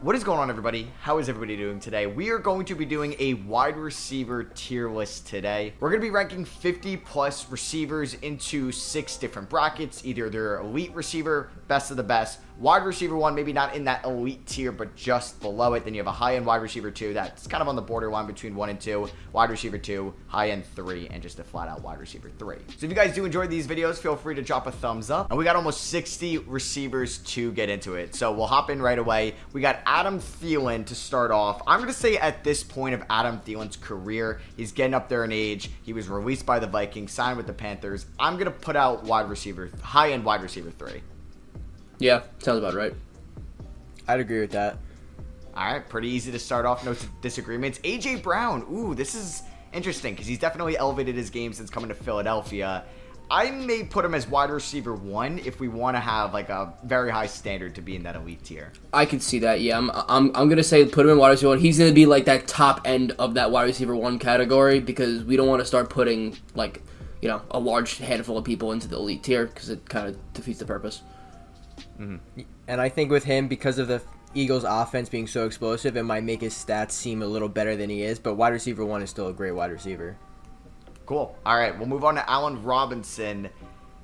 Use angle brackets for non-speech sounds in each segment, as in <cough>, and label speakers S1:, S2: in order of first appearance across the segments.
S1: What is going on, everybody? How is everybody doing today? We are going to be doing a wide receiver tier list today. We're going to be ranking 50 plus receivers into six different brackets either their elite receiver, best of the best, wide receiver one, maybe not in that elite tier, but just below it. Then you have a high end wide receiver two that's kind of on the borderline between one and two, wide receiver two, high end three, and just a flat out wide receiver three. So if you guys do enjoy these videos, feel free to drop a thumbs up. And we got almost 60 receivers to get into it. So we'll hop in right away. We got Adam Thielen to start off. I'm going to say at this point of Adam Thielen's career, he's getting up there in age. He was released by the Vikings, signed with the Panthers. I'm going to put out wide receiver, high end wide receiver three.
S2: Yeah, sounds about right.
S3: I'd agree with that.
S1: All right, pretty easy to start off. No s- disagreements. AJ Brown. Ooh, this is interesting because he's definitely elevated his game since coming to Philadelphia. I may put him as wide receiver one if we want to have like a very high standard to be in that elite tier.
S2: I could see that. Yeah, I'm I'm, I'm gonna say put him in wide receiver one. He's gonna be like that top end of that wide receiver one category because we don't want to start putting like you know a large handful of people into the elite tier because it kind of defeats the purpose.
S3: Mm-hmm. And I think with him, because of the Eagles' offense being so explosive, it might make his stats seem a little better than he is. But wide receiver one is still a great wide receiver.
S1: Cool. All right, we'll move on to Allen Robinson.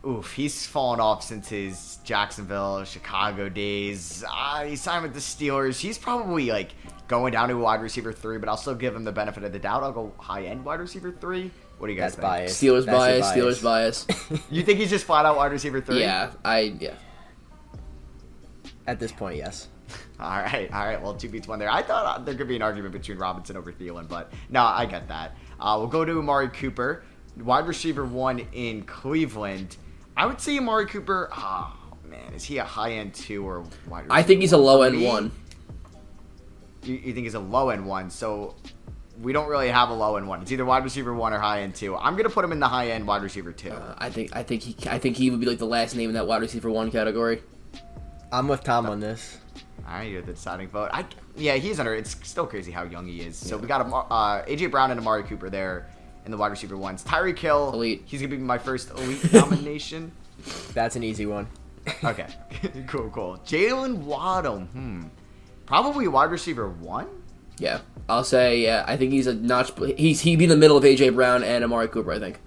S1: Oof, he's fallen off since his Jacksonville, Chicago days. Uh, he signed with the Steelers. He's probably like going down to wide receiver three, but I'll still give him the benefit of the doubt. I'll go high end wide receiver three. What do you guys
S3: That's
S1: think?
S3: biased.
S2: Steelers bias,
S3: That's your
S2: Steelers bias.
S3: <laughs>
S1: You think he's just flat out wide receiver three?
S2: yeah, I yeah.
S3: At this point, yes.
S1: All right, all right. Well, two beats one there. I thought uh, there could be an argument between Robinson over Thielen, but no, I get that. Uh, we'll go to Amari Cooper, wide receiver one in Cleveland. I would say Amari Cooper. Oh man, is he a high end two or wide?
S2: I think he's a
S1: receiver
S2: low end
S1: three?
S2: one.
S1: You, you think he's a low end one? So we don't really have a low end one. It's either wide receiver one or high end two. I'm gonna put him in the high end wide receiver two.
S2: Uh, I think I think he I think he would be like the last name in that wide receiver one category.
S3: I'm with Tom on this.
S1: All right, Ah, you're the deciding vote. I yeah, he's under. It's still crazy how young he is. So we got Amar- uh, AJ Brown and Amari Cooper there in the wide receiver ones. Tyree Kill,
S2: Elite.
S1: He's gonna be my first elite <laughs> nomination.
S3: That's an easy one.
S1: Okay, <laughs> cool, cool. Jalen Waddle, hmm, probably wide receiver one.
S2: Yeah, I'll say yeah. I think he's a notch. He's he'd be in the middle of AJ Brown and Amari Cooper. I think.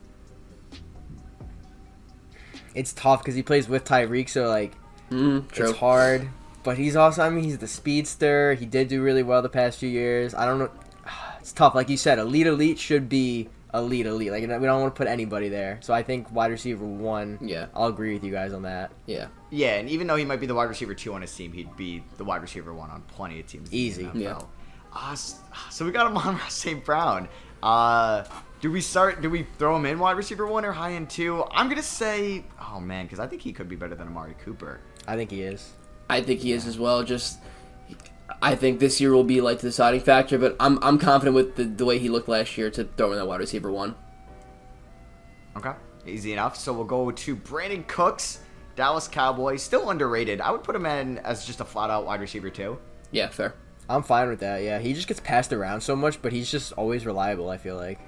S3: It's tough because he plays with Tyreek, so like
S2: Mm, true.
S3: it's hard. But he's also, I mean, he's the speedster. He did do really well the past few years. I don't know. <sighs> It's tough. Like you said, elite elite should be elite elite. Like we don't want to put anybody there. So I think wide receiver one.
S2: Yeah.
S3: I'll agree with you guys on that.
S2: Yeah.
S1: Yeah, and even though he might be the wide receiver two on his team, he'd be the wide receiver one on plenty of teams. in the
S3: Easy.
S1: NFL.
S2: Yeah.
S1: Uh, s- so we got him <laughs> on Ross St. Brown. Uh, do we start? Do we throw him in wide receiver one or high end two? I'm gonna say, oh man, because I think he could be better than Amari Cooper.
S3: I think he is.
S2: I think he is as well. Just, I think this year will be like the deciding factor. But I'm I'm confident with the, the way he looked last year to throw in that wide receiver one.
S1: Okay, easy enough. So we'll go to Brandon Cooks, Dallas Cowboys, still underrated. I would put him in as just a flat out wide receiver two.
S2: Yeah, fair.
S3: I'm fine with that. Yeah, he just gets passed around so much, but he's just always reliable. I feel like.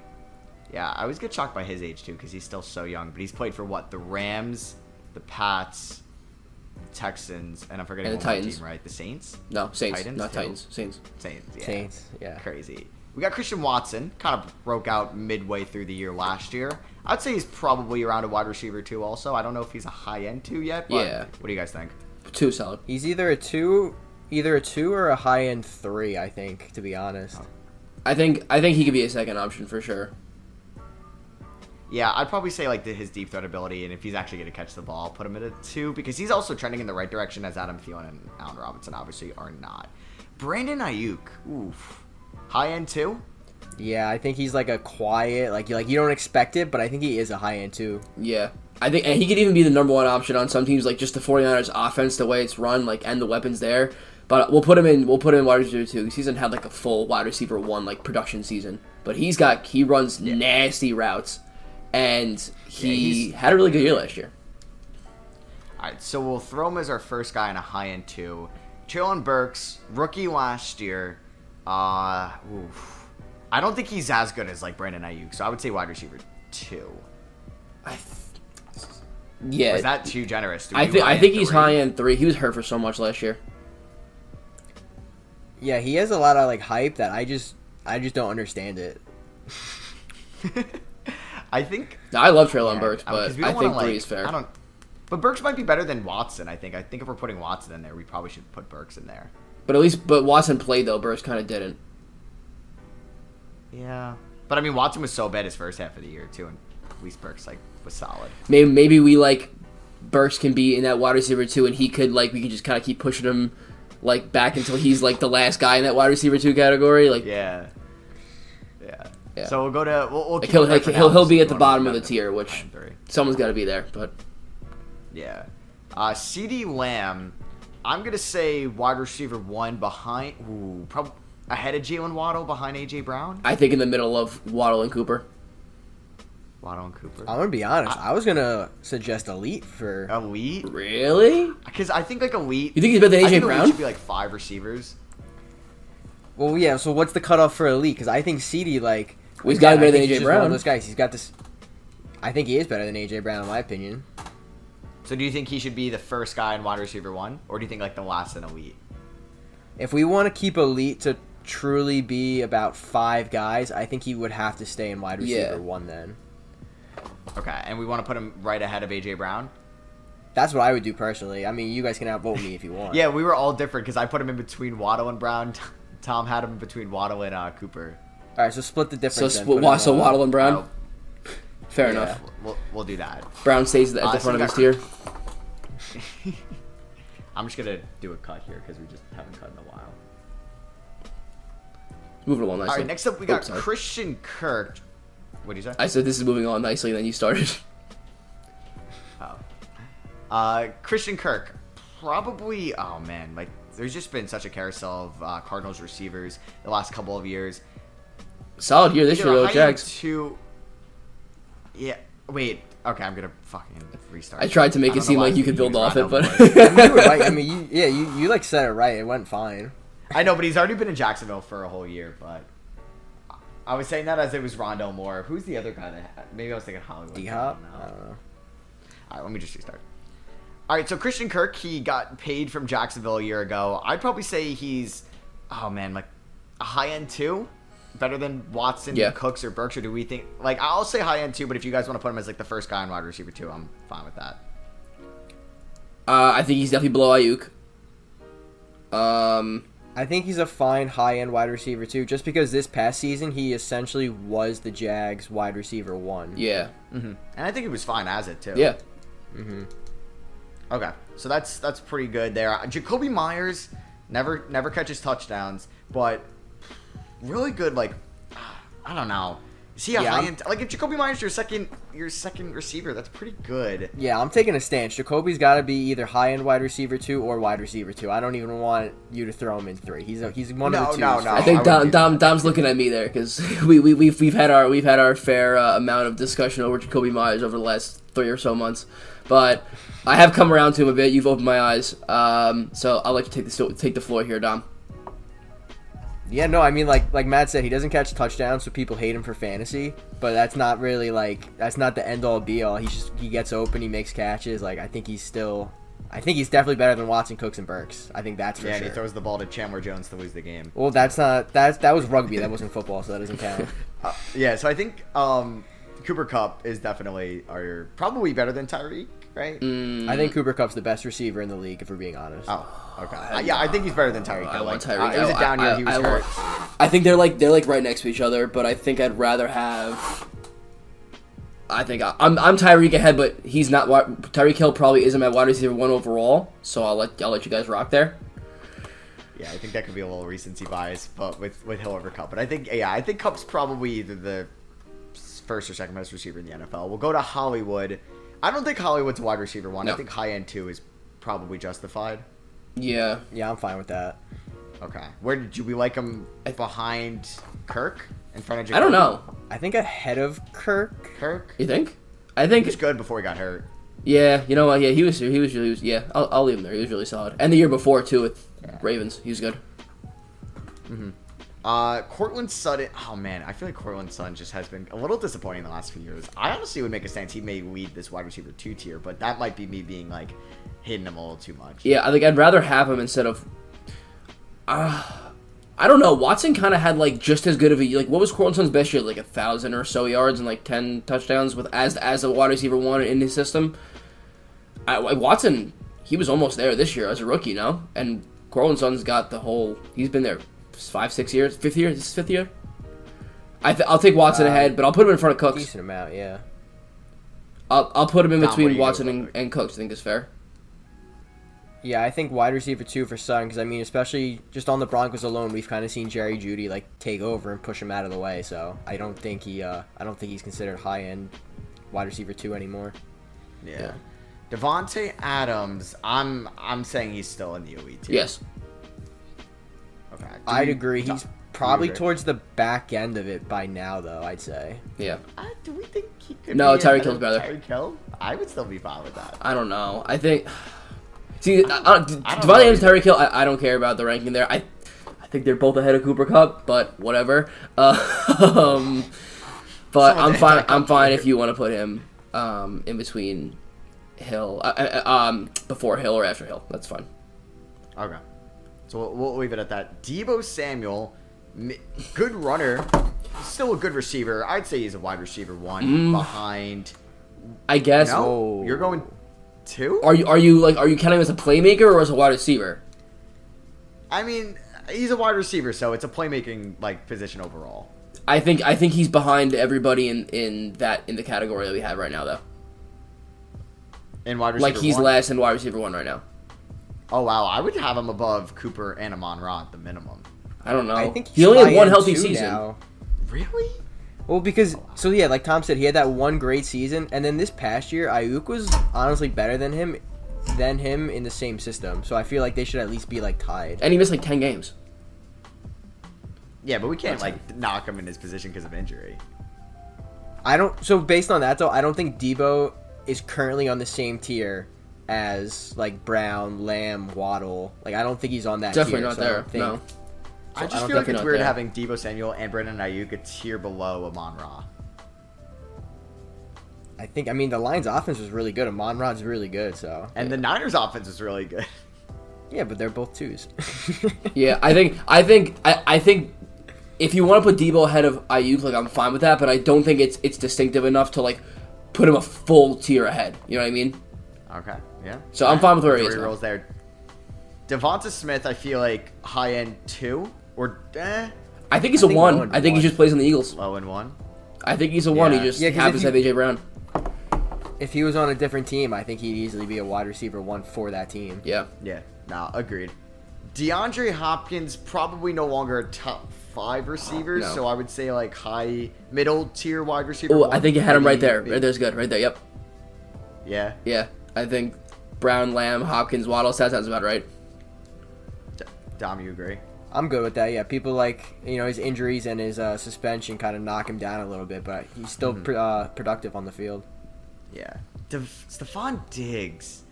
S1: Yeah, I always get shocked by his age too because he's still so young. But he's played for what? The Rams, the Pats, the Texans, and I'm forgetting
S2: And the
S1: one more
S2: Titans.
S1: team, right? The Saints.
S2: No, Saints,
S1: Titans,
S2: not
S1: too.
S2: Titans. Saints.
S1: Saints. Yeah.
S3: Saints, yeah.
S1: Crazy. We got Christian Watson. Kind of broke out midway through the year last year. I'd say he's probably around a wide receiver too. Also, I don't know if he's a high end two yet. But
S2: Yeah.
S1: What do you guys think?
S2: Two solid.
S3: He's either a two, either a two or a high end three. I think, to be honest.
S2: I think I think he could be a second option for sure.
S1: Yeah, I'd probably say like the, his deep threat ability, and if he's actually going to catch the ball, I'll put him at a two because he's also trending in the right direction as Adam Thielen and Allen Robinson obviously are not. Brandon Ayuk, oof, high end two.
S3: Yeah, I think he's like a quiet, like you like you don't expect it, but I think he is a high end too.
S2: Yeah. I think and he could even be the number one option on some teams, like just the 49ers offense, the way it's run, like and the weapons there. But we'll put him in. We'll put him in wide receiver two because he's not had like a full wide receiver one like production season. But he's got he runs nasty routes, and he
S1: he's-
S2: had a really good year last year.
S1: All right, so we'll throw him as our first guy in a high end two. Traylon Burks, rookie last year. Uh, oof. I don't think he's as good as like Brandon Ayuk, so I would say wide receiver two.
S2: I th- yeah,
S1: Or Is that too generous? Do we
S2: I
S1: do
S2: think I
S1: high-end
S2: think he's
S1: three?
S2: high end three. He was hurt for so much last year.
S3: Yeah, he has a lot of like hype that I just I just don't understand it.
S1: <laughs> I think
S2: Now, I love Traylon
S1: Yeah,
S2: Burks,
S1: I- 'cause
S2: but
S1: we
S2: I
S1: don't
S2: think
S1: wanna,
S2: Bree is fair.
S1: I don't. But Burks might be better than Watson. I think. I think if we're putting Watson in there, we probably should put Burks in there.
S2: But at least, but Watson played though. Burks kind of didn't.
S1: Yeah. But I mean, Watson was so bad his first half of the year too, and at least Burks like was solid.
S2: Maybe maybe we like Burks can be in that wide receiver too, and he could like we could just kind of keep pushing him like back until he's like the last guy in that wide receiver two category. Like
S1: Yeah. Yeah.
S2: Yeah.
S1: So we'll go to we'll, we'll keep
S2: he'll-
S1: it there
S2: like,
S1: for
S2: he'll-
S1: now,
S2: he'll be
S1: since
S2: at
S1: we wanna
S2: the bottom
S1: move
S2: of the
S1: down to
S2: tier, which-
S1: nine, three.
S2: someone's got to be there. But
S1: Yeah. Uh, CD Lamb, I'm gonna say wide receiver one behind, ooh, prob- ahead of Jalen Waddle, behind AJ Brown,
S2: I think in the middle of Waddle and Cooper.
S1: Waddle and Cooper.
S3: I'm gonna be honest. I, was gonna suggest elite for.
S1: elite,
S2: Really?
S1: because I think like elite.
S2: You think he's better than
S1: I
S2: AJ
S1: think elite
S2: Brown?
S1: Should be like five receivers.
S3: Well, yeah. So what's the cutoff for elite? Because I think CD like
S2: Well, he's gotta be better
S3: again, I
S2: than
S3: think
S2: A.J.
S3: he's just one of
S2: Brown.
S3: Those guys. He's got this. I think he is better than AJ Brown in my opinion.
S1: So do you think he should be the first guy in wide receiver one, or do you think like the last in elite?
S3: If we want to keep elite to truly be about five guys, I think he would have to stay in wide receiver
S2: Yeah.
S3: one. Then
S1: Okay, and we want to put him right ahead of AJ Brown.
S3: that's what I would do personally. I mean, you guys can outvote me if you want.
S1: Yeah, we were all different because I put him in between Waddle and Brown. Tom had him between Waddle and uh, Cooper.
S3: All right. So split the
S2: So
S3: difference. then,
S2: split
S3: put him
S2: Wa- so
S3: on.
S2: Waddle and Brown.
S1: Oh,
S2: Fair
S1: yeah,
S2: enough.
S1: We'll, we'll do that. <laughs>
S2: Brown stays at the
S1: Uh, so
S2: front
S1: we
S2: of his
S1: got-
S2: tier.
S1: I'm just gonna do a cut here because we just haven't cut in a while.
S2: Moving along nicely.
S1: All right, next up we got
S2: Oops, sorry.
S1: Christian Kirk. What do you say?
S2: I said this is moving on nicely, and then you started. <laughs>
S1: Oh. Uh, Christian Kirk, probably. Oh man, like there's just been such a carousel of uh, Cardinals receivers the last couple of years.
S2: Solid year this year,
S1: They're
S2: though,
S1: hiding
S2: Jags.
S1: Two. Yeah. Wait. Okay, I'm gonna fucking restart.
S2: I tried to
S1: I
S2: make it
S1: don't know
S2: seem
S1: why
S2: like
S1: I
S2: you could
S1: didn't
S2: build
S1: use
S2: off it,
S1: random
S2: but-
S1: words.
S3: <laughs> You were right.
S2: <laughs>
S3: I mean, you, yeah, you you like said it right. It went fine.
S1: I know, but he's already been in Jacksonville for a whole year. But I was saying that as it was Rondell Moore. Who's the other guy that? Maybe I was thinking Hollywood.
S3: D Hop.
S1: I don't
S3: I
S1: know.
S3: don't know.
S1: All right, let me just restart. All right, so Christian Kirk, he got paid from Jacksonville a year ago. I'd probably say he's, oh man, like a high end two, better than Watson,
S2: Yeah.
S1: Cooks, or Burks, or do we think? Like, I'll say high end two, but if you guys want to put him as like the first guy in wide receiver two, I'm fine with that.
S2: Uh, I think he's definitely below Ayuk. Um,
S3: I think he's a fine high end wide receiver too, just because this past season he essentially was the Jags wide receiver one.
S2: yeah,
S1: Mm-hmm. And I think he was fine as it too.
S2: yeah.
S1: Okay, so that's that's pretty good there. Uh, Jacoby Myers never never catches touchdowns, but really good. Like I don't know, is he a
S3: Yeah,
S1: high
S3: I'm-
S1: end? Like if Jacoby Myers your second your second receiver, that's pretty good.
S3: Yeah, I'm taking a stance. Jacoby's got to be either high end wide receiver two or wide receiver two. I don't even want you to throw him in three. He's a, he's one
S1: No,
S3: of the two.
S1: no, no.
S2: I
S1: Oh,
S2: think
S1: I
S2: Dom,
S1: wouldn't do
S2: Dom Dom's looking at me there because <laughs> we, we we've we've had our we've had our fair uh, amount of discussion over Jacoby Myers over the last three or so months, but I have come around to him a bit. You've opened my eyes, um, so I'll let you take the take the floor here, Dom.
S3: Yeah, no. I mean, like like Matt said, he doesn't catch touchdowns, so people hate him for fantasy. But that's not really like that's not the end all be all. He just he gets open, he makes catches. Like I think he's still, I think he's definitely better than Watson, Cooks, and Burks. I think that's for
S1: yeah,
S3: sure.
S1: and he throws the ball to Chandler Jones to lose the game.
S3: Well, that's not that's that was rugby. That wasn't football, so that doesn't
S1: <laughs>
S3: count.
S1: Uh, yeah, so I think um, Cooper Cup is definitely are probably better than Tyreek, right?
S2: Mm.
S3: I think Cooper Cup's the best receiver in the league, if we're being honest.
S1: Oh, okay. Uh, yeah, I think he's better than Tyreek.
S2: I
S1: Hill.
S2: want
S1: Like,
S2: Tyreek
S1: uh, It was a
S2: Hill.
S1: down
S2: I-
S1: year. He
S2: I-
S1: was
S2: I
S1: hurt.
S2: want- I think they're like they're like right next to each other, but I think I'd rather have. I think I, I'm I'm Tyreek ahead, but he's not. wi- Tyreek Hill probably isn't my wide receiver one overall, so I'll let I'll let you guys rock there.
S1: Yeah, I think that could be a little recency bias, but with with Hill over Cup. But I think yeah, I think Cup's probably either the first or second best receiver in the NFL. We'll go to Hollywood. I don't think Hollywood's a wide receiver one. I
S2: No.
S1: think high end two is probably justified.
S2: Yeah,
S3: Yeah, I'm fine with that.
S1: Okay, where did you we like him behind Kirk in front of? Jacoby?
S2: I don't know.
S3: I think ahead of Kirk.
S1: Kirk.
S2: You think? I
S1: He
S2: think
S1: was good before he got hurt.
S2: Yeah, you know what? Yeah, he was. He was. He was yeah, I'll, I'll leave him there. He was really solid. And the year before too with Ravens, he was good.
S1: Uh, Cortland Sutton. Oh man, I feel like Cortland Sutton just has been a little disappointing the last few years. I honestly would make a stance he may lead this wide receiver two tier, but that might be me being like hitting him a little too much.
S2: Yeah, I think I'd rather have him instead of. Uh, I don't know. Watson kind of had like just as good of a like. What was Cortland's best year? Like a thousand or so yards and like ten touchdowns with as as a wide receiver one in his system. I, I- Watson, he was almost there this year as a rookie, no? And Cortland's got the whole. He's been there five, six years, fifth year. Is this fifth year? I th- I'll take Watson ahead, but I'll put him in front of Cooks.
S3: Decent amount, yeah.
S2: I'll, I'll put him in
S1: Dom, what do
S2: between
S1: you go
S2: Watson
S1: with
S2: and, and Cooks. I think is fair.
S3: Yeah, I think wide receiver two for Sun because I mean, especially just on the Broncos alone, we've kind of seen Jerry Judy like take over and push him out of the way. So I don't think he, uh, I don't think he's considered high end wide receiver two anymore.
S1: Yeah. Devonte Adams, I'm I'm saying he's still in the elite. tier.
S2: Yes.
S1: Okay. Do
S3: I'd
S1: we-
S3: agree.
S1: Do-
S3: He's
S1: do we
S3: probably
S1: agree?
S3: towards the back end of it by now, though. I'd say.
S2: Yeah.
S1: I, Uh, do we think he could?
S2: No,
S1: be ahead
S2: Tyreek Hill's
S1: of
S2: better.
S1: Tyreek Hill. I would still be fine with that.
S2: I don't know. I think. See, I, I, Devontae
S1: I don't know
S2: Adams,
S1: either.
S2: Tyreek Hill. I, I don't care about the ranking there. I, I think they're both ahead of Cooper Cup, but whatever. <laughs> Uh, um, but
S1: Someone's
S2: I'm fine.
S1: anti-Cup
S2: I'm fine
S1: here.
S2: if you want to put him um, in between Hill, uh, uh, uh, um, before Hill or after Hill. That's fine.
S1: Okay. So we'll, we'll leave it at that. Debo Samuel, m- good runner, still a good receiver. I'd say he's a wide receiver one
S2: Mm.
S1: behind.
S2: I guess.
S1: No, you're going two.
S2: Are you are you like are you counting him as a playmaker or as a wide receiver?
S1: I mean, he's a wide receiver, so it's a playmaking like position overall.
S2: I think I think he's behind everybody in, in that in the category that we have right now though.
S1: And wide receiver
S2: Like he's
S1: one.
S2: last in wide receiver one right now.
S1: Oh wow, I would have him above Cooper and Amon Ra at the minimum.
S2: I don't know.
S3: I think
S2: Oh. he only
S3: high
S2: had one
S3: end
S2: healthy
S3: two
S2: season.
S3: now.
S1: Really?
S3: Well, because so yeah, like Tom said, he had that one great season, and then this past year, Ayuk was honestly better than him, than him in the same system. So I feel like they should at least be like tied.
S2: And he missed like ten games.
S1: Yeah, but we can't like knock him in his position because of injury.
S3: I don't. So based on that though, I don't think Debo is currently on the same tier as like Brown, Lamb, Waddle. Like I don't think he's on that.
S2: Definitely
S3: tier,
S2: not
S3: so I
S2: there.
S3: don't think-
S2: No.
S1: I
S2: I
S1: just
S2: don't
S1: feel like
S2: think
S1: it's
S2: not
S1: weird
S2: there.
S1: having Debo Samuel and Brendan Ayuk a tier below Amon Ra.
S3: I think. I mean, the Lions' offense was really good. Amon Rod's really good. So
S1: And the Niners offense was really good. <laughs>
S3: yeah, but they're
S2: <laughs>
S3: both twos.
S2: Yeah, I think I think I, I think if you want to put Debo ahead of Ayuk, like I'm fine with that, but I don't think it's it's distinctive enough to like put him a full tier ahead. You know what I mean?
S1: Okay, yeah.
S2: So I'm fine with where he
S1: Three
S2: is now.
S1: rolls there. Devonta Smith, I feel like high end two or eh,
S2: I think he's a
S3: I think
S2: one.
S3: Owen
S2: I think he
S3: won.
S2: just plays on the Eagles.
S1: low in one.
S2: I think he's a one. He
S1: Yeah.
S2: just
S3: Yeah, 'cause if
S2: happens to have
S3: you-
S2: AJ Brown.
S3: if he was on a different team, I think he'd easily be a wide receiver one for that team.
S2: Yeah.
S1: Yeah, nah, agreed. DeAndre Hopkins probably no longer a top five receiver,
S2: No.
S1: so I would say like high middle tier wide receiver.
S2: Oh,
S1: Oh,
S2: I think you had him right there. Right there's good. Right there. Yep.
S1: Yeah,
S2: Yeah. I think Brown, Lamb, Hopkins, Waddle. That sounds about right.
S1: D- Dom, you agree?
S3: I'm good with that. Yeah, people like you know his injuries and his uh, suspension kind of knock him down a little bit, but he's still
S2: Mm-hmm.
S3: pr- uh, productive on the field.
S1: Yeah. De- Stephon Diggs.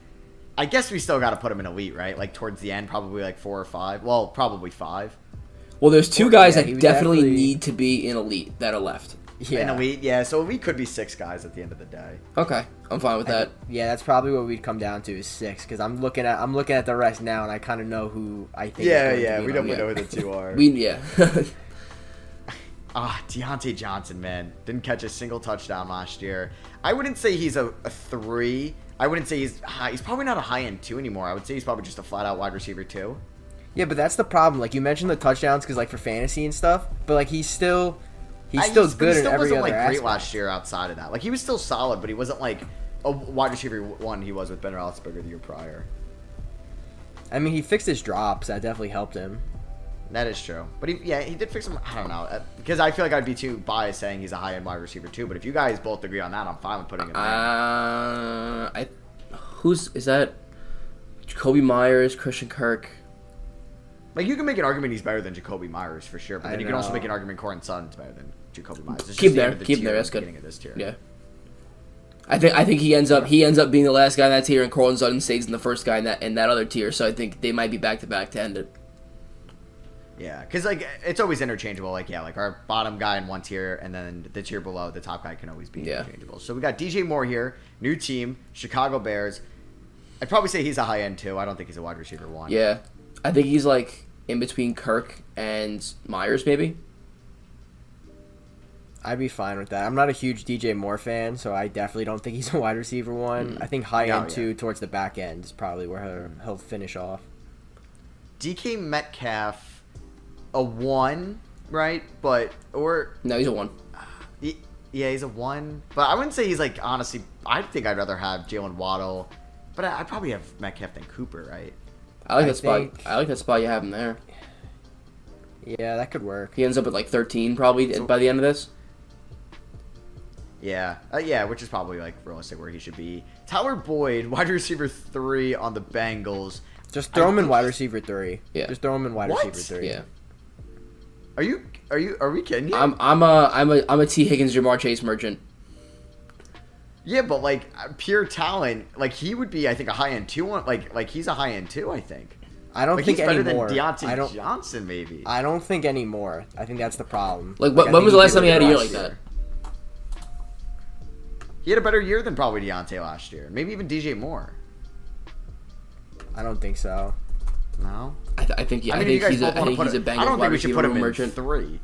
S1: I guess we still got to put him in elite, right? Like towards the end, probably like four or five. Well, probably five.
S2: Well, there's two guys
S3: yeah,
S2: that
S3: he was
S2: definitely,
S3: definitely-
S2: need to be in elite that are left.
S3: Yeah,
S1: In elite, yeah. So elite could be six guys at the end of the day.
S2: Okay, I'm fine with that.
S3: yeah, that's probably what we'd come down to is six because I'm looking at I'm looking at the rest now and I kind of know who I think. is
S1: Yeah,
S3: going to
S1: yeah.
S3: be
S1: We
S3: in
S1: don't
S3: elite.
S1: know who the
S3: <laughs>
S1: two are.
S2: We yeah. <laughs>
S1: Ah, Deontay Johnson, man, didn't catch a single touchdown last year. I wouldn't say he's a, a three. I wouldn't say he's high. He's probably not a high end two anymore. I would say he's probably just a flat out wide receiver two.
S3: Yeah, but that's the problem. Like you mentioned the touchdowns because like for fantasy and stuff, but like he's still he's
S1: I-
S3: still
S1: but
S3: good
S1: He
S3: in
S1: still
S3: every
S1: wasn't
S3: other
S1: like great
S3: aspect.
S1: last year outside of that. Like he was still solid, but he wasn't like a wide receiver one he was with Ben Roethlisberger the year prior.
S3: I mean, he fixed his drops. That definitely helped him.
S1: That is true. But he, yeah, he did fix him. I don't know. uh, Because I feel like I'd be too biased saying he's a high end wide receiver, too. But if you guys both agree on that, I'm fine with putting him there.
S2: Uh, I who's is that? Jacoby Myers, Christian Kirk.
S1: Like, you can make an argument he's better than Jacoby Myers for sure. But
S3: I
S1: then you can also
S3: know.
S1: make an argument Corin Sutton's better than Jacoby Myers. It's just
S2: Keep
S1: the
S2: there,
S1: end of the
S2: keep
S1: tier,
S2: there,
S1: the
S2: that's good.
S1: beginning of this tier.
S2: Yeah. I think I think he ends up he ends up being the last guy in that tier, and Corlin Sutton stays in the first guy in that in that other tier. So I think they might be back to back to end it.
S1: Yeah. Because, like, it's always interchangeable. Like, yeah, like our bottom guy in one tier, and then the tier below, the top guy can always be
S2: Yeah.
S1: interchangeable. So we got DJ Moore here, new team, Chicago Bears. I'd probably say he's a high end, too. I don't think he's a wide receiver one.
S2: Yeah, I think he's like in between Kirk and Myers, maybe.
S3: I'd be fine with that. I'm not a huge DJ Moore fan, so I definitely don't think he's a <laughs> wide receiver one. I think high
S1: Mm. No, Mm.
S3: end two towards the back end is probably where he'll, he'll finish off.
S1: DK Metcalf, a one, right? But or
S2: No, he's a one.
S1: y- yeah, he's a one. But I wouldn't say he's like honestly. I think I'd rather have Jalen Waddle, but I I'd probably have Metcalf than Cooper, right?
S2: I like
S3: I
S2: that spot.
S3: think-
S2: I like that spot you have him there.
S3: Yeah, that could work.
S2: He ends up at like 13 probably by the end of this.
S1: Yeah, uh, yeah, which is probably like realistic where he should be. Tyler Boyd, <laughs> wide receiver three on the Bengals.
S3: Just throw
S1: I
S3: him in
S1: think
S3: wide
S1: he's-
S3: receiver three.
S2: Yeah.
S3: Just throw him in wide
S1: What?
S3: receiver three.
S2: Yeah,
S1: Are you? Are you? Are we kidding? You?
S2: I'm I'm a I'm a I'm a T Higgins Jamar Chase merchant.
S1: yeah, but like uh, pure talent, like he would be. I think a high end two. on- Like like he's a high end two. I think.
S3: I don't
S1: Like
S3: think
S1: he's better
S3: anymore.
S1: than Deontay
S3: I don't.
S1: Johnson, maybe.
S3: I don't think anymore. I think that's the problem.
S2: Like,
S3: I
S2: when, when
S3: think
S2: was the
S3: he
S2: last
S3: could
S2: time he had a year
S3: regress
S2: like that?
S3: here.
S1: He had a better year than probably Deontay last year. Maybe even DJ Moore.
S3: I don't think so.
S1: No.
S2: I, th- I think yeah, I,
S1: if
S2: think he's a, I
S1: wanna
S2: think he's a
S1: him-
S2: Bengals
S1: I don't
S2: wide
S1: think we should
S2: receiver
S1: put him
S2: room
S1: in
S2: merchant.
S1: three.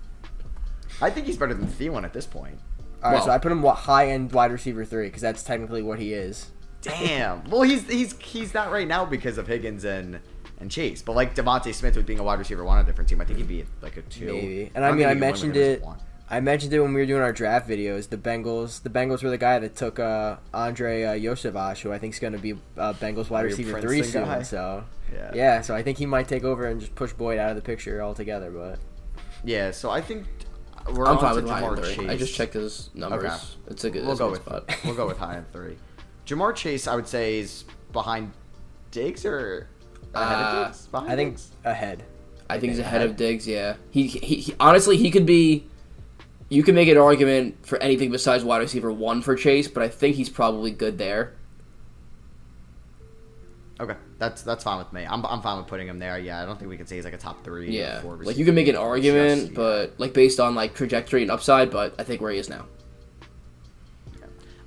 S1: I think he's better than Thielen at this point.
S3: All right,
S2: Well-
S3: so I put him wa- high end wide receiver three because that's technically what he is.
S1: Damn. <laughs> Well, he's he's he's not right now because of Higgins and and Chase. But like Devontae Smith with being a wide receiver one on a different team, I think he'd be like a two.
S3: Maybe. And I, mean,
S1: think you can
S3: I
S1: win with
S3: mentioned
S1: him as
S3: it.
S1: a one.
S3: I mentioned it when we were doing our draft videos. The Bengals, the Bengals were the guy that took uh, Andre uh, Yosevash, who I think is going to be uh, Bengals wide
S1: Your
S3: receiver
S1: Princeton
S3: three soon.
S1: guy.
S3: So
S1: Yeah.
S3: yeah. so I think he might take over and just push Boyd out of the picture altogether. But
S1: Yeah. So I think we're
S2: I'm
S1: on
S2: fine
S1: to
S2: with Ryan
S1: Jamar
S2: Three.
S1: Chase.
S2: I just checked his numbers.
S1: Okay.
S2: It's a good.
S1: We'll
S2: it's a
S1: go
S2: good
S1: with
S2: spot.
S1: <laughs> we'll go with high end three. Jamar Chase, I would say, is behind Diggs or ahead
S2: Uh,
S1: of Diggs. Behind
S3: I think
S1: Diggs?
S3: ahead.
S2: <laughs> I think he's
S1: think
S2: ahead of Diggs. Yeah, he, he, he honestly he could be. You can make an argument for anything besides wide receiver one for Chase, but I think he's probably good there.
S1: Okay, that's that's fine with me. I'm, I'm fine with putting him there. Yeah, I don't think we can say he's like a top three.
S2: Yeah,
S1: or four
S2: like you can make an
S1: receiver.
S2: argument,
S1: Just-
S2: but like based on like trajectory and upside, but I think where he is now.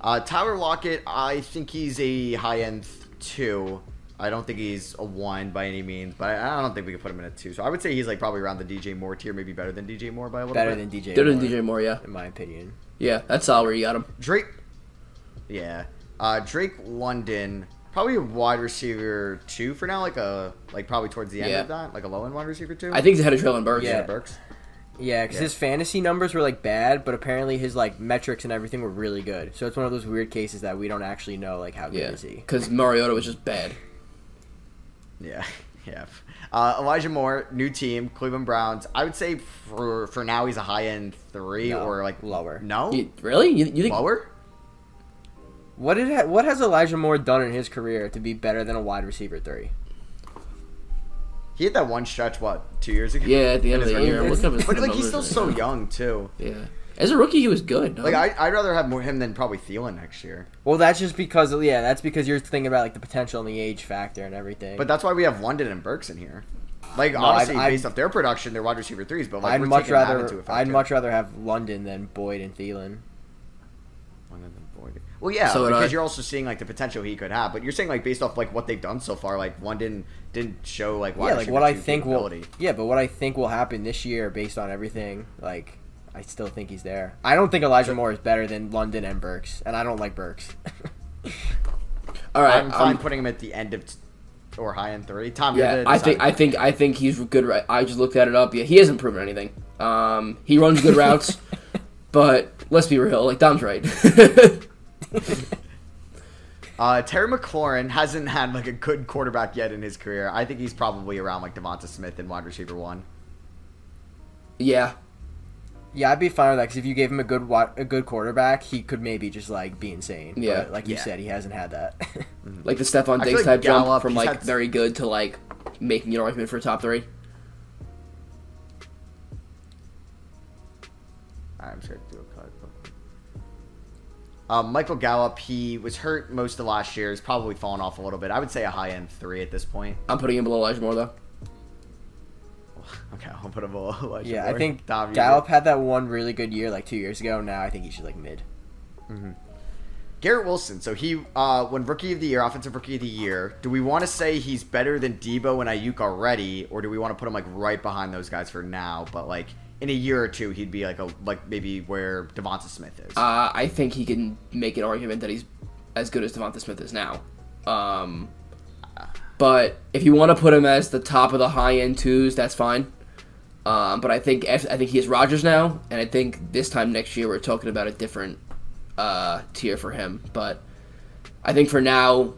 S1: uh, Tyler Lockett, I think he's a high end two. I don't think he's a one by any means, but I, I don't think we can put him in a two. So I would say he's like probably around the DJ Moore tier, maybe better than DJ Moore by a little
S3: Better
S1: bit.
S3: than DJ.
S2: Better than
S3: Moore,
S2: DJ Moore, yeah,
S3: in my opinion.
S2: yeah, that's solid where you got him.
S1: Drake. Yeah. Uh, Drake London, probably a wide receiver two for now, like a like probably towards the end
S2: Yeah.
S1: of that, like a low end wide receiver two.
S2: I think he's ahead of Traylon Burks.
S1: yeah,
S3: Yeah.
S1: Burks.
S3: Yeah, because
S1: Yeah.
S3: his fantasy numbers were like bad, but apparently his like metrics and everything were really good. So it's one of those weird cases that we don't actually know like how good
S2: yeah,
S3: is he.
S2: because Mariota was just bad.
S1: Yeah, <laughs> yeah. Uh, Elijah Moore, new team, Cleveland Browns. I would say for for now he's a high end three
S3: No,
S1: or like
S3: lower.
S1: No,
S2: You- really? You, you think?
S1: lower.
S3: What did ha- what has Elijah Moore done in his career to be better than a wide receiver three?
S1: He had that one stretch what two years ago.
S2: Yeah, at the
S1: In
S2: end of
S1: his
S2: the
S1: rookie
S2: year. I'm
S1: year.
S2: looking up his
S1: But like he's still
S2: numbers
S1: so
S2: right
S1: young too.
S2: now. Yeah, as a rookie, he was good. no?
S1: Like I, I'd rather have more him than probably Thielen next year.
S3: Well, that's just because yeah, that's because you're thinking about like the potential and the age factor and everything.
S1: But that's why we have London and Burks in here. Like
S3: No,
S1: honestly,
S3: I'd- I'd-
S1: based off their production, they're wide receiver threes. But like
S3: I'd
S1: we're
S3: much
S1: taking that into
S3: rather
S1: effect.
S3: I'd much rather have London than Boyd and Thielen.
S1: London than Boyd. Well, yeah,
S2: So would
S1: because
S2: I.
S1: you're also seeing like the potential he could have, but you're saying like based off like what they've done so far, like London didn't show like wide
S3: yeah, like
S1: receiver
S3: what I
S1: two
S3: think will
S1: capability.
S3: yeah, but what I think will happen this year based on everything, like I still think he's there. I don't think Elijah Moore is better than London and Burks, and I don't like Burks. <laughs>
S2: All right,
S1: I'm fine
S2: um,
S1: putting him at the end of t- or high end three. Tom, you're
S2: Yeah,
S1: the
S2: I think I
S1: deciding-
S2: think I think he's good. Right, I just looked at it up. Yeah, he hasn't proven anything. Um, he runs good
S1: <laughs>
S2: routes, but let's be real. Like Dom's right. <laughs>
S1: uh, Terry McLaurin hasn't had like a good quarterback yet in his career. I think he's probably around like Devonta Smith and wide receiver one.
S2: yeah,
S3: yeah, I'd be fine with that because if you gave him a good wa- a good quarterback, he could maybe just like be insane.
S2: Yeah. Mm-hmm.
S3: but, like you
S1: Yeah.
S3: said, he hasn't had that.
S2: like the Stephon
S1: I
S2: Diggs
S1: feel like
S2: type
S1: Gallup,
S2: jump from
S1: he's
S2: like
S1: had-
S2: very good to like making an argument for top three.
S1: Alright, I'm just gonna do a cut. Um, Michael Gallup, he was hurt most of last year. He's probably fallen off a little bit. I would say a high end three at this point. <laughs>
S2: I'm putting him below Elijah Moore though.
S1: Okay, I'll put him below. <laughs> Elijah
S3: <laughs> yeah, I
S1: Moore.
S3: think
S1: Dom, you-
S3: Gallup had that one really good year like two years ago. Now I think he should like mid.
S1: Garrett Wilson. So he uh, won Rookie of the Year, Offensive Rookie of the Year. Do we want to say he's better than Debo and Ayuk already, or do we want to put him like right behind those guys for now? But like in a year or two, he'd be like a like maybe where Devonta Smith is.
S2: Uh, I think he can make an argument that he's as good as Devonta Smith is now. Um, but if you want to put him as the top of the high end twos, that's fine. Um, but I think I think he is Rogers now, and I think this time next year we're talking about a different uh, tier for him. But I think for now,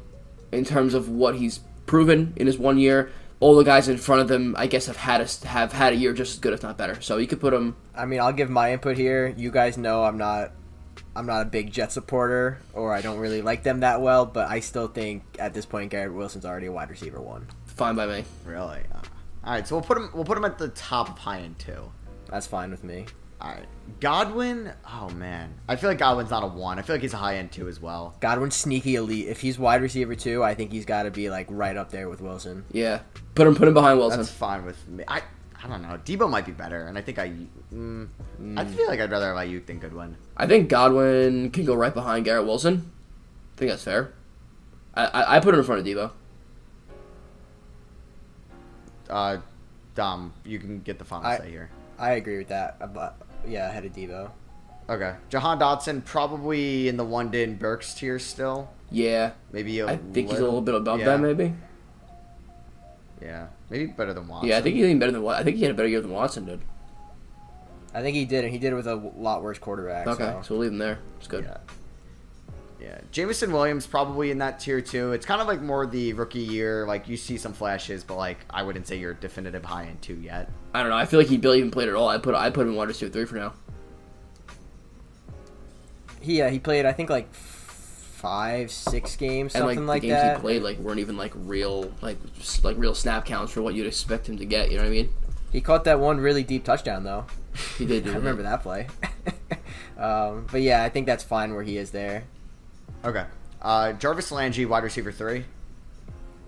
S2: in terms of what he's proven in his one year, all the guys in front of them, I guess, have had a, have had a year just as good, if not better. So you could put him.
S3: I mean, I'll give my input here. You guys know I'm not I'm not a big Jet supporter or I don't really like them that well, but I still think at this point Garrett Wilson's already a wide receiver one.
S2: Fine by me.
S1: Really? Uh, all right, so we'll put him we'll put him at the top of high end two.
S3: That's fine with me.
S1: All right, Godwin. Oh man, I feel like Godwin's not a one. I feel like he's a high end two as well.
S3: Godwin's sneaky elite. If he's wide receiver two, I think he's got to be like right up there with Wilson.
S2: Yeah, put him put him behind Wilson.
S1: That's fine with me. I I don't know. Debo might be better, and I think I mm, I feel like I'd rather have Ayuk than Goodwin.
S2: I think Godwin can go right behind Garrett Wilson. I think that's fair. I I, I put him in front of Debo.
S1: Uh, Dom, you can get the final
S3: I-
S1: say here.
S3: I agree with that. But yeah, ahead of Debo.
S1: Okay, Jahan Dotson probably in the one Din Burks tier still.
S2: Yeah,
S1: Maybe a
S2: I think he's a little bit above
S1: yeah,
S2: that maybe.
S1: Yeah, maybe better than Watson.
S2: Yeah, I think he's even better than Wa- I think he had a better year than Watson did.
S3: I think he did, and he did it with a w- lot worse quarterback.
S2: Okay, so,
S3: so.
S2: we'll leave him there. It's good.
S1: Yeah. Yeah, Jamison Williams probably in that tier too. It's kind of like more the rookie year. Like you see some flashes, but like I wouldn't say you're definitive high end two yet.
S2: I don't know. I feel like he barely even played at all. I put I put him in wide receiver three for now.
S3: He uh, he played I think like f- five six games
S2: And
S3: something
S2: like
S3: like,
S2: the games
S3: that.
S2: he played like weren't even like real like s- like real snap counts for what you'd expect him to get. You know what I mean?
S3: He caught that one really deep touchdown though.
S2: He did. do
S3: I remember that play. <laughs> um, but yeah, I think that's fine where he is there.
S1: Okay, uh, Jarvis Landry, wide receiver three.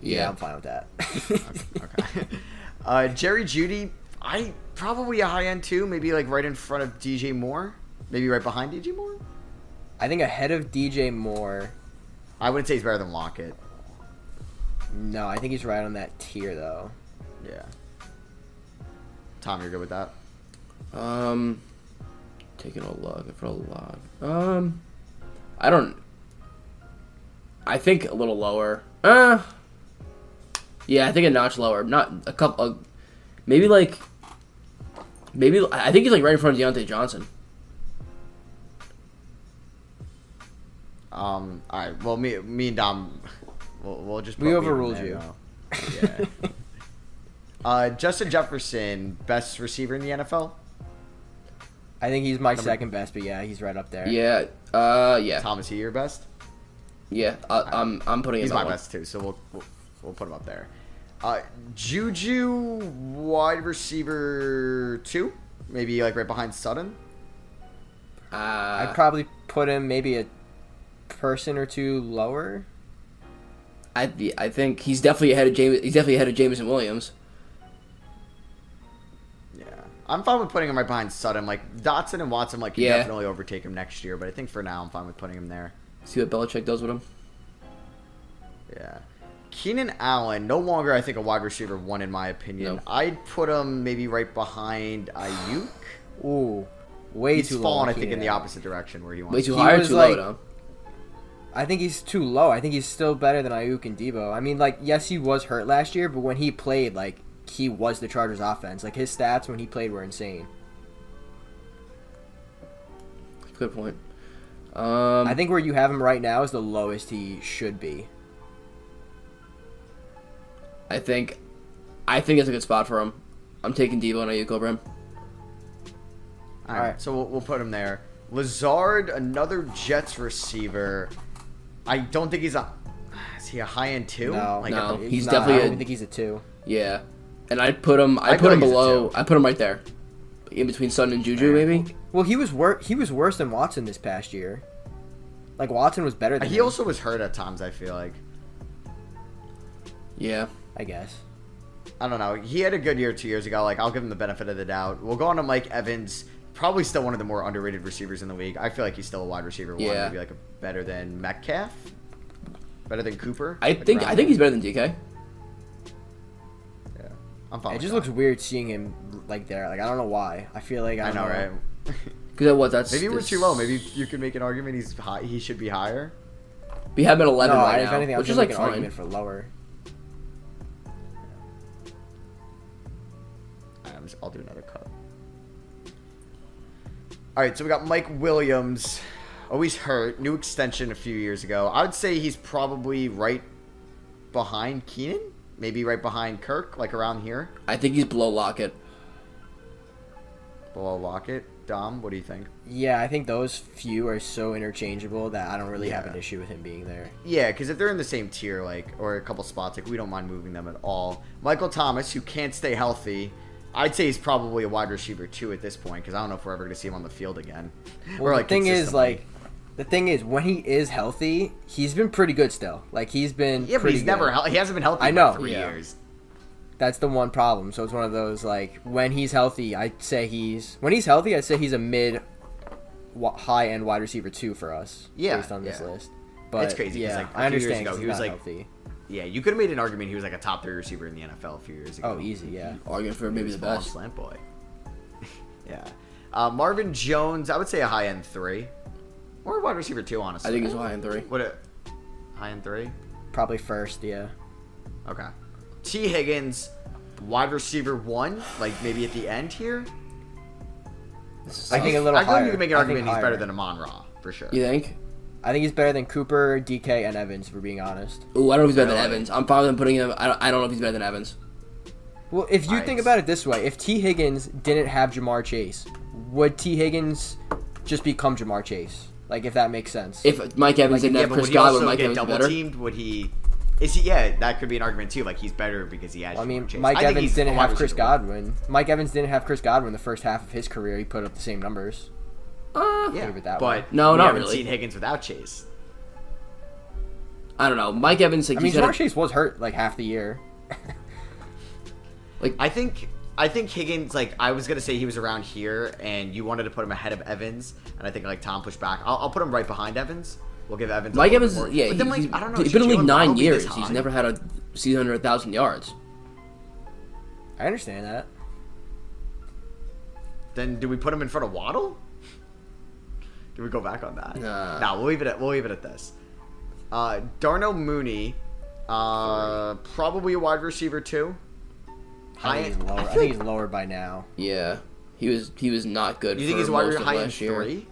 S3: Yeah,
S2: Yeah.
S3: I'm fine with that.
S1: Okay, <laughs> uh, Jerry Judy, I probably a high end two, maybe like right in front of DJ Moore, maybe right behind DJ Moore.
S3: <laughs> I think ahead of DJ Moore.
S1: I wouldn't say he's better than Lockett.
S3: No, I think he's right on that tier though.
S1: Yeah. Tom, you're good with that.
S2: Um, taking a log for a log. Um, I don't. I think a little lower. Uh, yeah, I think a notch lower. Not a couple. Uh, maybe like. Maybe I think he's like right in front of Deontay Johnson.
S1: Um. All right. Well, me, me and Dom, we'll, we'll just
S3: We
S1: put me in
S3: overruled
S1: there
S3: you. <laughs>
S1: now. Yeah. uh, Justin Jefferson, best receiver in the NFL.
S3: I think he's my second best, but yeah, he's right up there.
S2: Yeah. Uh. Yeah.
S1: Tom, is he your best?
S2: Yeah. I, I'm. I'm putting. him
S1: He's
S2: at
S1: my
S2: one.
S1: best too. So we'll we'll, we'll put him up there. Uh, Juju, wide receiver two, maybe like right behind Sutton.
S2: Uh,
S3: I'd probably put him maybe a person or two lower.
S2: I. I think he's definitely ahead of James. He's definitely ahead of Jameson Williams.
S1: Yeah, I'm fine with putting him right behind Sutton. Like Dotson and Watson, like can
S2: Yeah.
S1: definitely overtake him next year. But I think for now, I'm fine with putting him there.
S2: See what Belichick does with him.
S1: Yeah. Keenan Allen, no longer I think a wide receiver one in my opinion.
S2: No.
S1: I'd put him maybe right behind Ayuk.
S3: Ooh, way
S1: He's
S3: too low.
S1: fallen,
S3: on
S1: I think, in the
S3: Keenan.
S1: opposite direction where he wants.
S2: Way too
S3: He
S2: high or
S3: was
S2: too low,
S3: like-
S2: though.
S3: I think he's too low. I think he's still better than Ayuk and Debo. I mean, like, yes, he was hurt last year, but when he played, like, he was the Chargers' offense. Like his stats when he played were insane.
S2: Good point. Um,
S3: I think where you have him right now is the lowest he should be.
S2: I think, I think it's a good spot for him. I'm taking Debo and Ayuk over him.
S1: All right,
S3: Alright.
S1: so we'll, we'll put him there. Lazard, another Jets receiver. I don't think he's a. Is he a high end two?
S3: No,
S1: like,
S2: no.
S1: I think-
S2: he's
S3: Nah,
S2: definitely
S3: I
S2: a-
S3: don't even think he's a two.
S2: Yeah, and I put him. I,
S1: I'd
S2: put
S1: go
S2: him
S1: use it
S2: below.
S1: too.
S2: I put him right there, in between Sutton and Juju, maybe.
S3: Well, he was wor- he was worse than Watson this past year. Like Watson was better than
S1: He
S3: him,
S1: also was hurt at times. I feel like
S2: Yeah,
S3: I guess.
S1: I don't know. He had a good year two years ago. Like I'll give him the benefit of the doubt. We'll go on to Mike Evans, probably still one of the more underrated receivers in the league. I feel like he's still a wide receiver one,
S2: Yeah.
S1: maybe like a better than Metcalf, better than Cooper.
S2: I
S1: Like
S2: think
S1: around
S2: I think
S1: there.
S2: he's better than DK.
S1: Yeah. I'm fine.
S3: It
S1: with
S3: just
S1: that.
S3: looks weird seeing him like there. Like I don't know why. I feel like I,
S1: I know, right? <laughs>
S2: Because what that's
S1: Maybe we're
S2: that's-
S1: too low. Maybe you could make an argument he's high. He should be higher.
S2: we have him at eleven
S3: No,
S2: right
S3: if
S2: now,
S3: anything, I was
S2: which is
S3: gonna
S2: like
S3: make an
S2: fine.
S3: argument for lower.
S1: Um, so I'll do another cup. All right, so we got Mike Williams, always hurt, new extension a few years ago. I would say he's probably right behind Keenan, maybe right behind Kirk, like around here,
S2: I think he's below Lockett.
S1: below Lockett. Dom, what do you think?
S3: Yeah, I think those few are so interchangeable that I don't really have an
S1: Yeah.
S3: issue with him being there.
S1: Yeah, because if they're in the same tier, like or a couple spots, like we don't mind moving them at all. Michael Thomas, who can't stay healthy, I'd say he's probably a wide receiver too at this point because I don't know if we're ever going to see him on the field again.
S3: Well, the thing is,
S1: consistently.
S3: like, the thing is, when he is healthy, he's been pretty good still. Like, he's been
S1: yeah, but
S3: pretty
S1: he's never
S3: good.
S1: hel- he hasn't been healthy.
S3: I
S1: in
S3: know,
S1: three
S2: yeah.
S1: years.
S3: That's the one problem. So it's one of those like when he's healthy, I'd say he's when he's healthy, I'd say he's a mid, wa- high end wide receiver two for us.
S1: Yeah,
S3: based on this
S1: yeah.
S3: list. But
S1: It's crazy 'cause,
S3: Yeah,
S1: like, a
S3: I
S1: few years
S3: understand.
S1: ago,
S3: 'cause
S1: he
S3: he's
S1: was,
S3: not
S1: like-
S3: healthy.
S1: Yeah, you could have made an argument he was like a top three receiver in the NFL a few years ago.
S3: Oh, easy, yeah.
S2: Argument for
S1: He
S2: maybe
S1: was
S2: the
S1: small and
S2: best.
S1: slant boy. <laughs> yeah, uh, Marvin Jones, I would say a high end three, or a wide receiver two, honestly.
S2: I think he's high in three.
S1: what a high end three.
S3: Probably first, yeah.
S1: Okay. T. Higgins, wide receiver one, like maybe at the end here.
S3: I think a little
S1: I feel like
S3: higher.
S1: you can make an
S3: I
S1: argument
S3: think
S1: he's better
S3: higher.
S1: than Amon Ra, for sure.
S2: You think?
S3: I think he's better than Cooper, DK, and Evans. If we're being honest.
S2: Ooh, I don't know if he's better than
S1: Really?
S2: Evans. I'm fine with him putting him. I don't, I don't know if he's better than Evans.
S3: Well, if you
S1: Right.
S3: think about it this way, if T. Higgins didn't have Jamar Chase, would T. Higgins just become Jamar Chase? Like, if that makes sense.
S2: If Mike Evans didn't
S1: yeah,
S2: have
S1: but
S2: Chris
S1: would he
S2: Godwin,
S1: also
S2: Mike
S1: get
S2: Evans
S1: double
S2: better.
S1: teamed? Would he? Is he? Yeah, that could be an argument too. Like he's better because he has.
S3: I mean,
S1: Jamar Chase.
S3: Mike
S1: I think
S3: Evans
S1: he's a
S3: didn't
S1: wide
S3: have Chris
S1: receiver one.
S3: Godwin. Mike Evans didn't have Chris Godwin the first half of his career. He put up the same numbers.
S2: Uh,
S1: Yeah,
S3: Think of it that
S1: but
S3: way.
S2: No,
S1: we
S2: not
S1: haven't
S2: really.
S1: Seen Higgins without Chase.
S2: I don't know. Mike Evans, like
S3: I mean,
S2: he's had
S3: Jamar
S2: a,
S3: Chase was hurt like half the year.
S1: I think. I think Higgins, like I was gonna say, he was around here, and you wanted to put him ahead of Evans, and I think like Tom pushed back. I'll, I'll put him right behind Evans. We'll give Evans. a
S2: Mike
S1: little bit
S2: Evans.
S1: more.
S2: Yeah,
S1: but then, like,
S2: he's,
S1: I don't know.
S2: he's been in the league
S1: Jalen
S2: nine
S1: Waddle be this
S2: years. He's
S1: high?
S2: never had a season under a thousand yards.
S3: I understand that.
S1: Then do we put him in front of Waddle? Do we go back on that?
S2: Nah.
S1: Nah, we'll leave it at we'll leave it at this. Uh, Darno Mooney, uh, probably a wide receiver too.
S3: I think he's lower. I,
S1: feel <laughs>
S3: think
S1: like-
S3: he's lower by now.
S2: Yeah, he was he was not good.
S1: you think
S2: for
S1: he's a wide
S2: most
S1: receiver
S2: of
S1: high end
S2: last year.
S1: three?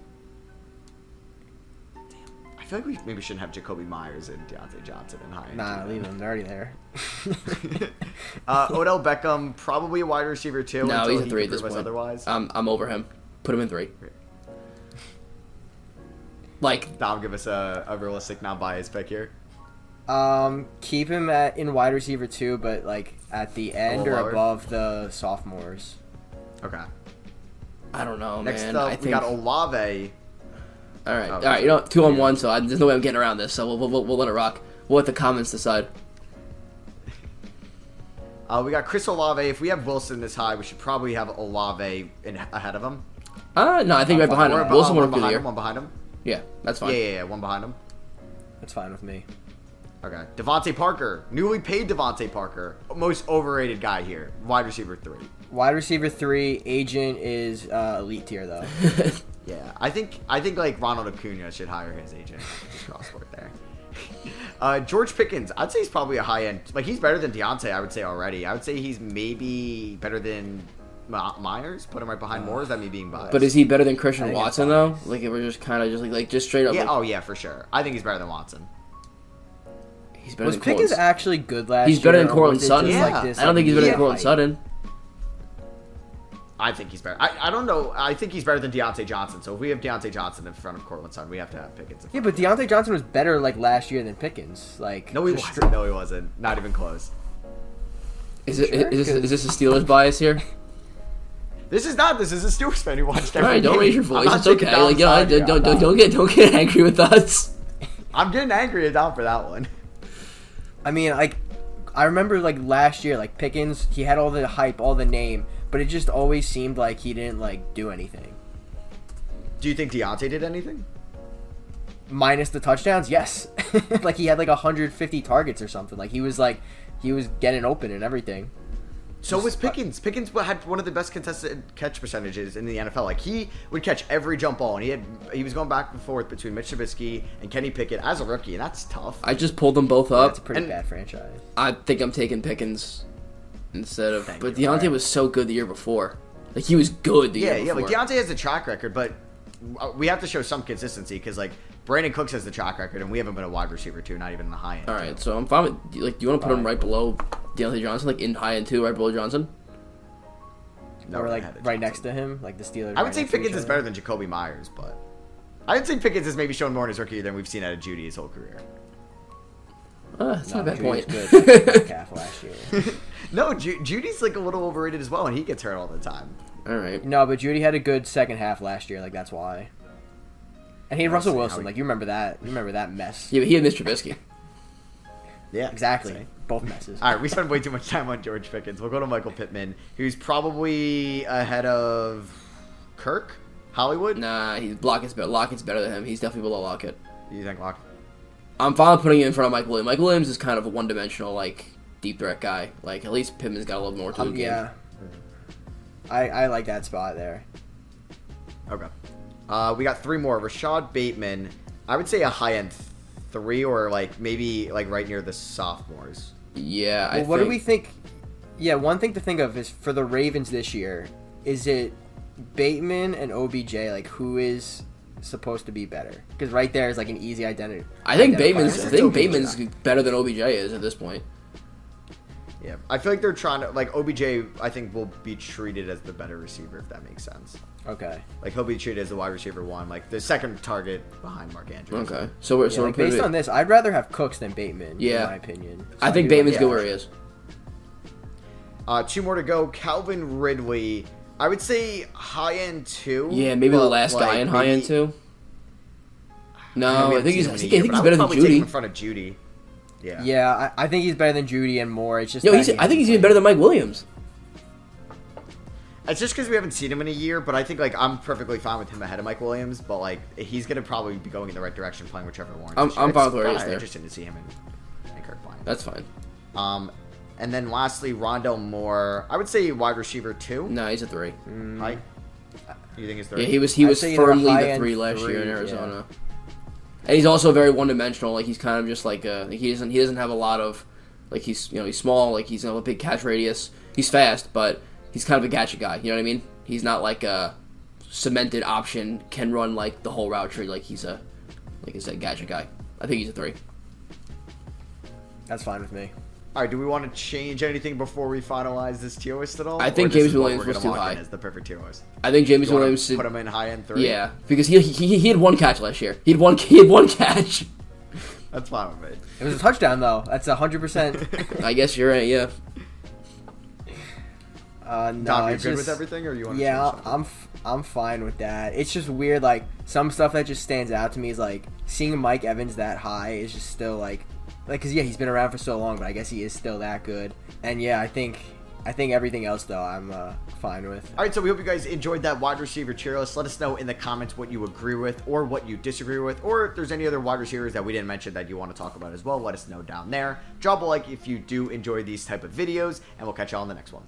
S1: Damn, I feel like we maybe shouldn't have Jacoby Myers and Deontay Johnson in high end.
S3: Nah,
S1: two.
S3: leave him. They're already there.
S1: <laughs>
S3: <laughs>
S1: uh, Odell Beckham, probably a wide receiver too.
S2: No,
S1: until
S2: he's a
S1: he
S2: three
S1: can
S2: at this
S1: prove us
S2: point. Um,
S1: Otherwise,
S2: I'm I'm over him. Put him in three. Like
S1: Dom, give us a, a realistic, non-biased pick here.
S3: Um, keep him at in wide receiver two, but like at the end
S1: little
S3: or
S1: lower.
S3: above the sophomores.
S1: Okay.
S2: I don't know,
S1: Next
S2: man.
S1: up,
S2: I
S1: we
S2: think
S1: got Olave.
S2: all right,
S1: oh,
S2: all right. You know, two on one, so I, there's no way I'm getting around this. So we'll, we'll, we'll, we'll let it rock. We'll let the comments decide.
S1: Uh, we got Chris Olave. If we have Wilson this high, we should probably have Olave in, ahead of him.
S2: Uh no, I think right behind
S1: Or
S2: him.
S1: abo-
S2: Wilson
S1: uh,
S2: won't
S1: one
S2: be
S1: behind
S2: there.
S1: him. One behind him.
S2: Yeah, that's
S1: Yeah,
S2: fine.
S1: yeah, yeah, one behind him.
S3: That's fine with me.
S1: Okay, Devonte Parker, newly paid Devonte Parker, most overrated guy here, wide receiver three.
S3: Wide receiver three agent is uh, elite tier though.
S1: Yeah, I think I think like Ronald Acuna should hire his agent. <laughs> Just crossword there. <laughs> Uh, George Pickens, I'd say he's probably a high end. Like he's better than Deontay, I would say already. I would say he's maybe better than My- Myers. Put him right behind Moore. Is that me being biased?
S2: <laughs> Uh, But is he better than Christian
S3: think it's
S2: Watson though? Like if we're just kind of just like like just straight up.
S1: yeah,
S2: like,
S1: oh yeah, for sure. I think he's better than Watson.
S2: he's better
S3: Was
S2: than Cortland.
S3: Pickens actually good last
S2: He's better than
S3: year, or
S2: Cortland
S3: was it
S2: Sutton.
S3: just,
S1: Yeah.
S3: this,
S2: I don't think he's better than
S3: yeah,
S2: Cortland
S3: like-
S2: Sutton.
S1: I think he's better. I, I don't know. I think he's better than Deontay Johnson. So if we have Deontay Johnson in front of Cortland Sutton, we have to have Pickens. In
S3: Yeah,
S1: front.
S3: but Deontay Johnson was better like last year than Pickens. Like
S1: No, he
S3: just
S1: wasn't. No, he wasn't. Not even close.
S2: Is it
S3: Sure,
S2: is
S3: because-
S2: this, is this a Steelers bias
S3: <laughs>
S2: here?
S1: This is not. This is a Steelers fan who watched
S2: All
S1: every
S2: right, don't
S1: game.
S2: raise your
S1: I'm
S2: voice.
S1: not
S2: It's
S1: taking
S2: okay.
S1: Dom's
S2: Like, yeah,
S1: side here.
S2: don't, don't,
S1: I'm
S2: don't,
S1: not.
S2: get don't get <laughs> angry with us.
S1: I'm getting angry at Dom for that one.
S3: I mean, like I remember like last year, like Pickens, he had all the hype, all the name, but it just always seemed like he didn't like do anything.
S1: Do you think Deontay did anything?
S3: minus the touchdowns, yes. <laughs> like he had like 150 targets or something. Like he was like he was getting open and everything.
S1: So was Pickens. Pickens had one of the best contested catch percentages in the NFL. Like he would catch every jump ball, and he had he was going back and forth between Mitch Trubisky and Kenny Pickett as a rookie, and that's tough.
S2: I just pulled them both up.
S3: That's a pretty
S1: and-
S3: bad franchise.
S2: I think I'm taking Pickens instead of.
S1: Thank
S2: But
S1: you.
S2: Deontay
S1: Alright.
S2: was so good the year before. Like he was good the
S1: yeah,
S2: year
S1: yeah.
S2: before.
S1: Like Deontay has a track record, but uh, we have to show some consistency because like Brandon Cooks has the track record, and we haven't been a wide receiver too, not even in the high end.
S2: All right, so I'm fine with like. Do you want to put him right below Deontay Johnson, like in high end two, right below Johnson?
S1: No,
S3: or
S1: we're
S3: like
S1: ahead of
S3: right
S1: Johnson.
S3: next to him, like the Steelers.
S1: I would
S3: right
S1: say
S3: next to each
S1: Pickens is
S3: other.
S1: better than Jacoby Myers, but I would say Pickens has maybe shown more in his rookie year than we've seen out of Judy his whole career.
S2: Uh, that's
S3: No,
S2: not a bad
S3: Judy was
S1: <laughs>
S2: point.
S3: good at Metcalf last year.
S1: No, Ju- Judy's like a little overrated as well, and he gets hurt all the time.
S2: <laughs> All right.
S3: No, but Judy had a good second half last year. Like that's why. And he
S1: I don't
S3: had
S1: see
S3: Russell
S1: how
S3: Wilson.
S1: he-
S3: Like you remember that? You remember that mess?
S2: Yeah, but he had Mr. Trubisky.
S1: Yeah,
S3: Exactly.
S1: same.
S3: Both
S2: <laughs>
S3: messes.
S1: All right, we spend way too much time on George Pickens. We'll go to Michael Pittman, who's probably ahead of Kirk Hollywood.
S2: Nah, he's Lockett's better. Lockett's better than him. He's definitely below Lockett.
S1: You think Lock?
S2: I'm finally putting him in front of Mike Williams. Mike Williams is kind of a one dimensional like deep threat guy. Like at least Pittman's got a little more to
S3: Um,
S2: him.
S3: yeah. I I like that spot there.
S1: Okay. Uh, we got three more. Rashad Bateman. I would say a high end three, or like maybe like right near the sophomores.
S2: Yeah. I
S3: Well, what
S2: think,
S3: do we think? Yeah, one thing to think of is for the Ravens this year, is it Bateman and OBJ? Like, who is supposed to be better? Because right there is like an easy identity.
S2: I think
S3: identifier.
S2: Bateman's.
S1: This
S2: I
S1: is
S2: think
S1: OBJ.
S2: Bateman's better than OBJ is at this point.
S1: Yeah, I feel like they're trying to like OBJ. I think will be treated as the better receiver if that makes sense.
S3: Okay.
S1: Like he'll be treated as the wide receiver one, like the second target behind Mark Andrews.
S2: Okay. So we're
S3: Yeah,
S2: so
S3: like,
S2: we're
S3: based on
S2: putting.
S3: this, I'd rather have Cooks than Bateman.
S2: Yeah.
S3: In my opinion. So
S2: I think
S3: do like
S2: Bateman's
S1: yeah.
S2: good where he is.
S1: Uh, two more to go. Calvin Ridley. I would say high end two.
S2: Yeah, maybe the
S1: but,
S2: last
S1: like,
S2: guy in high end
S1: maybe-
S2: too.
S1: know,
S2: No,
S1: we
S2: I
S1: haven't seen
S2: think he's.
S1: him
S2: I
S1: in a
S2: think,
S1: year,
S2: I think
S1: but
S2: he's
S1: would
S2: better than
S1: probably take him
S2: Judy.
S1: in front of Judy. Yeah.
S3: Yeah, I, I think he's better than Judy and Moore. It's just
S2: No,
S3: that
S2: he's.
S3: he
S2: I think he's even
S3: hasn't played.
S2: better than Mike Williams.
S1: It's just because we haven't seen him in a year, but I think like I'm perfectly fine with him ahead of Mike Williams. But like he's gonna probably be going in the right direction playing with Trevor Lawrence.
S2: I'm-
S1: this year.
S2: I'm fine
S1: It's
S2: with where he is
S1: kinda
S2: there.
S1: Interesting to see him and, and Kirk playing.
S2: That's fine.
S1: Um, and then lastly, Rondell Moore. I would say wide receiver two. Mm-hmm.
S2: No, he's a three.
S1: Mike, you think it's third?
S2: Yeah, he was. He
S3: I'd
S2: was
S3: say he's a
S2: firmly the
S3: high-end
S2: three last year in
S3: three,
S2: Arizona. And he's also very one dimensional. Like he's kind of just like uh like he doesn't he doesn't have a lot of like he's you know he's small. Like he's not a big catch radius. He's fast, but he's kind of a gotcha guy. You know what I mean? He's not like a cemented option. Can run like the whole route tree. Like he's a like I said gotcha guy. I think he's a three.
S3: That's fine with me.
S1: All right. Do we want to change anything before we finalize this tier list at all?
S2: I
S1: Or
S2: think
S1: this
S2: James
S1: is what
S2: Williams
S1: we're
S2: was
S1: gonna
S2: too
S1: lock in
S2: high.
S1: As the perfect tier list.
S2: I think James
S1: You wanna
S2: Williams.
S1: put him in high end three.
S2: Yeah, because he, he he had one catch last year. He had one <laughs> he had one
S1: <laughs>
S2: catch.
S1: that's fine
S2: <laughs>
S1: with me.
S3: It was a touchdown though. That's hundred percent.
S2: I guess you're right. Yeah.
S3: Uh, no,
S1: Tom, you
S3: it's
S1: good with
S3: just-
S1: everything, or you want to
S3: yeah,
S1: change something?
S3: I'm f- I'm fine with that. It's just weird, like some stuff that just stands out to me is like seeing Mike Evans that high is just still like, like because yeah, he's been around for so long, but I guess he is still that good. And yeah, I think I think everything else though I'm uh, fine with.
S1: All right, so we hope you guys enjoyed that wide receiver cheer list. Let us know in the comments what you agree with or what you disagree with, or if there's any other wide receivers that we didn't mention that you want to talk about as well, let us know down there. Drop a like if you do enjoy these type of videos, and we'll catch you all on the next one.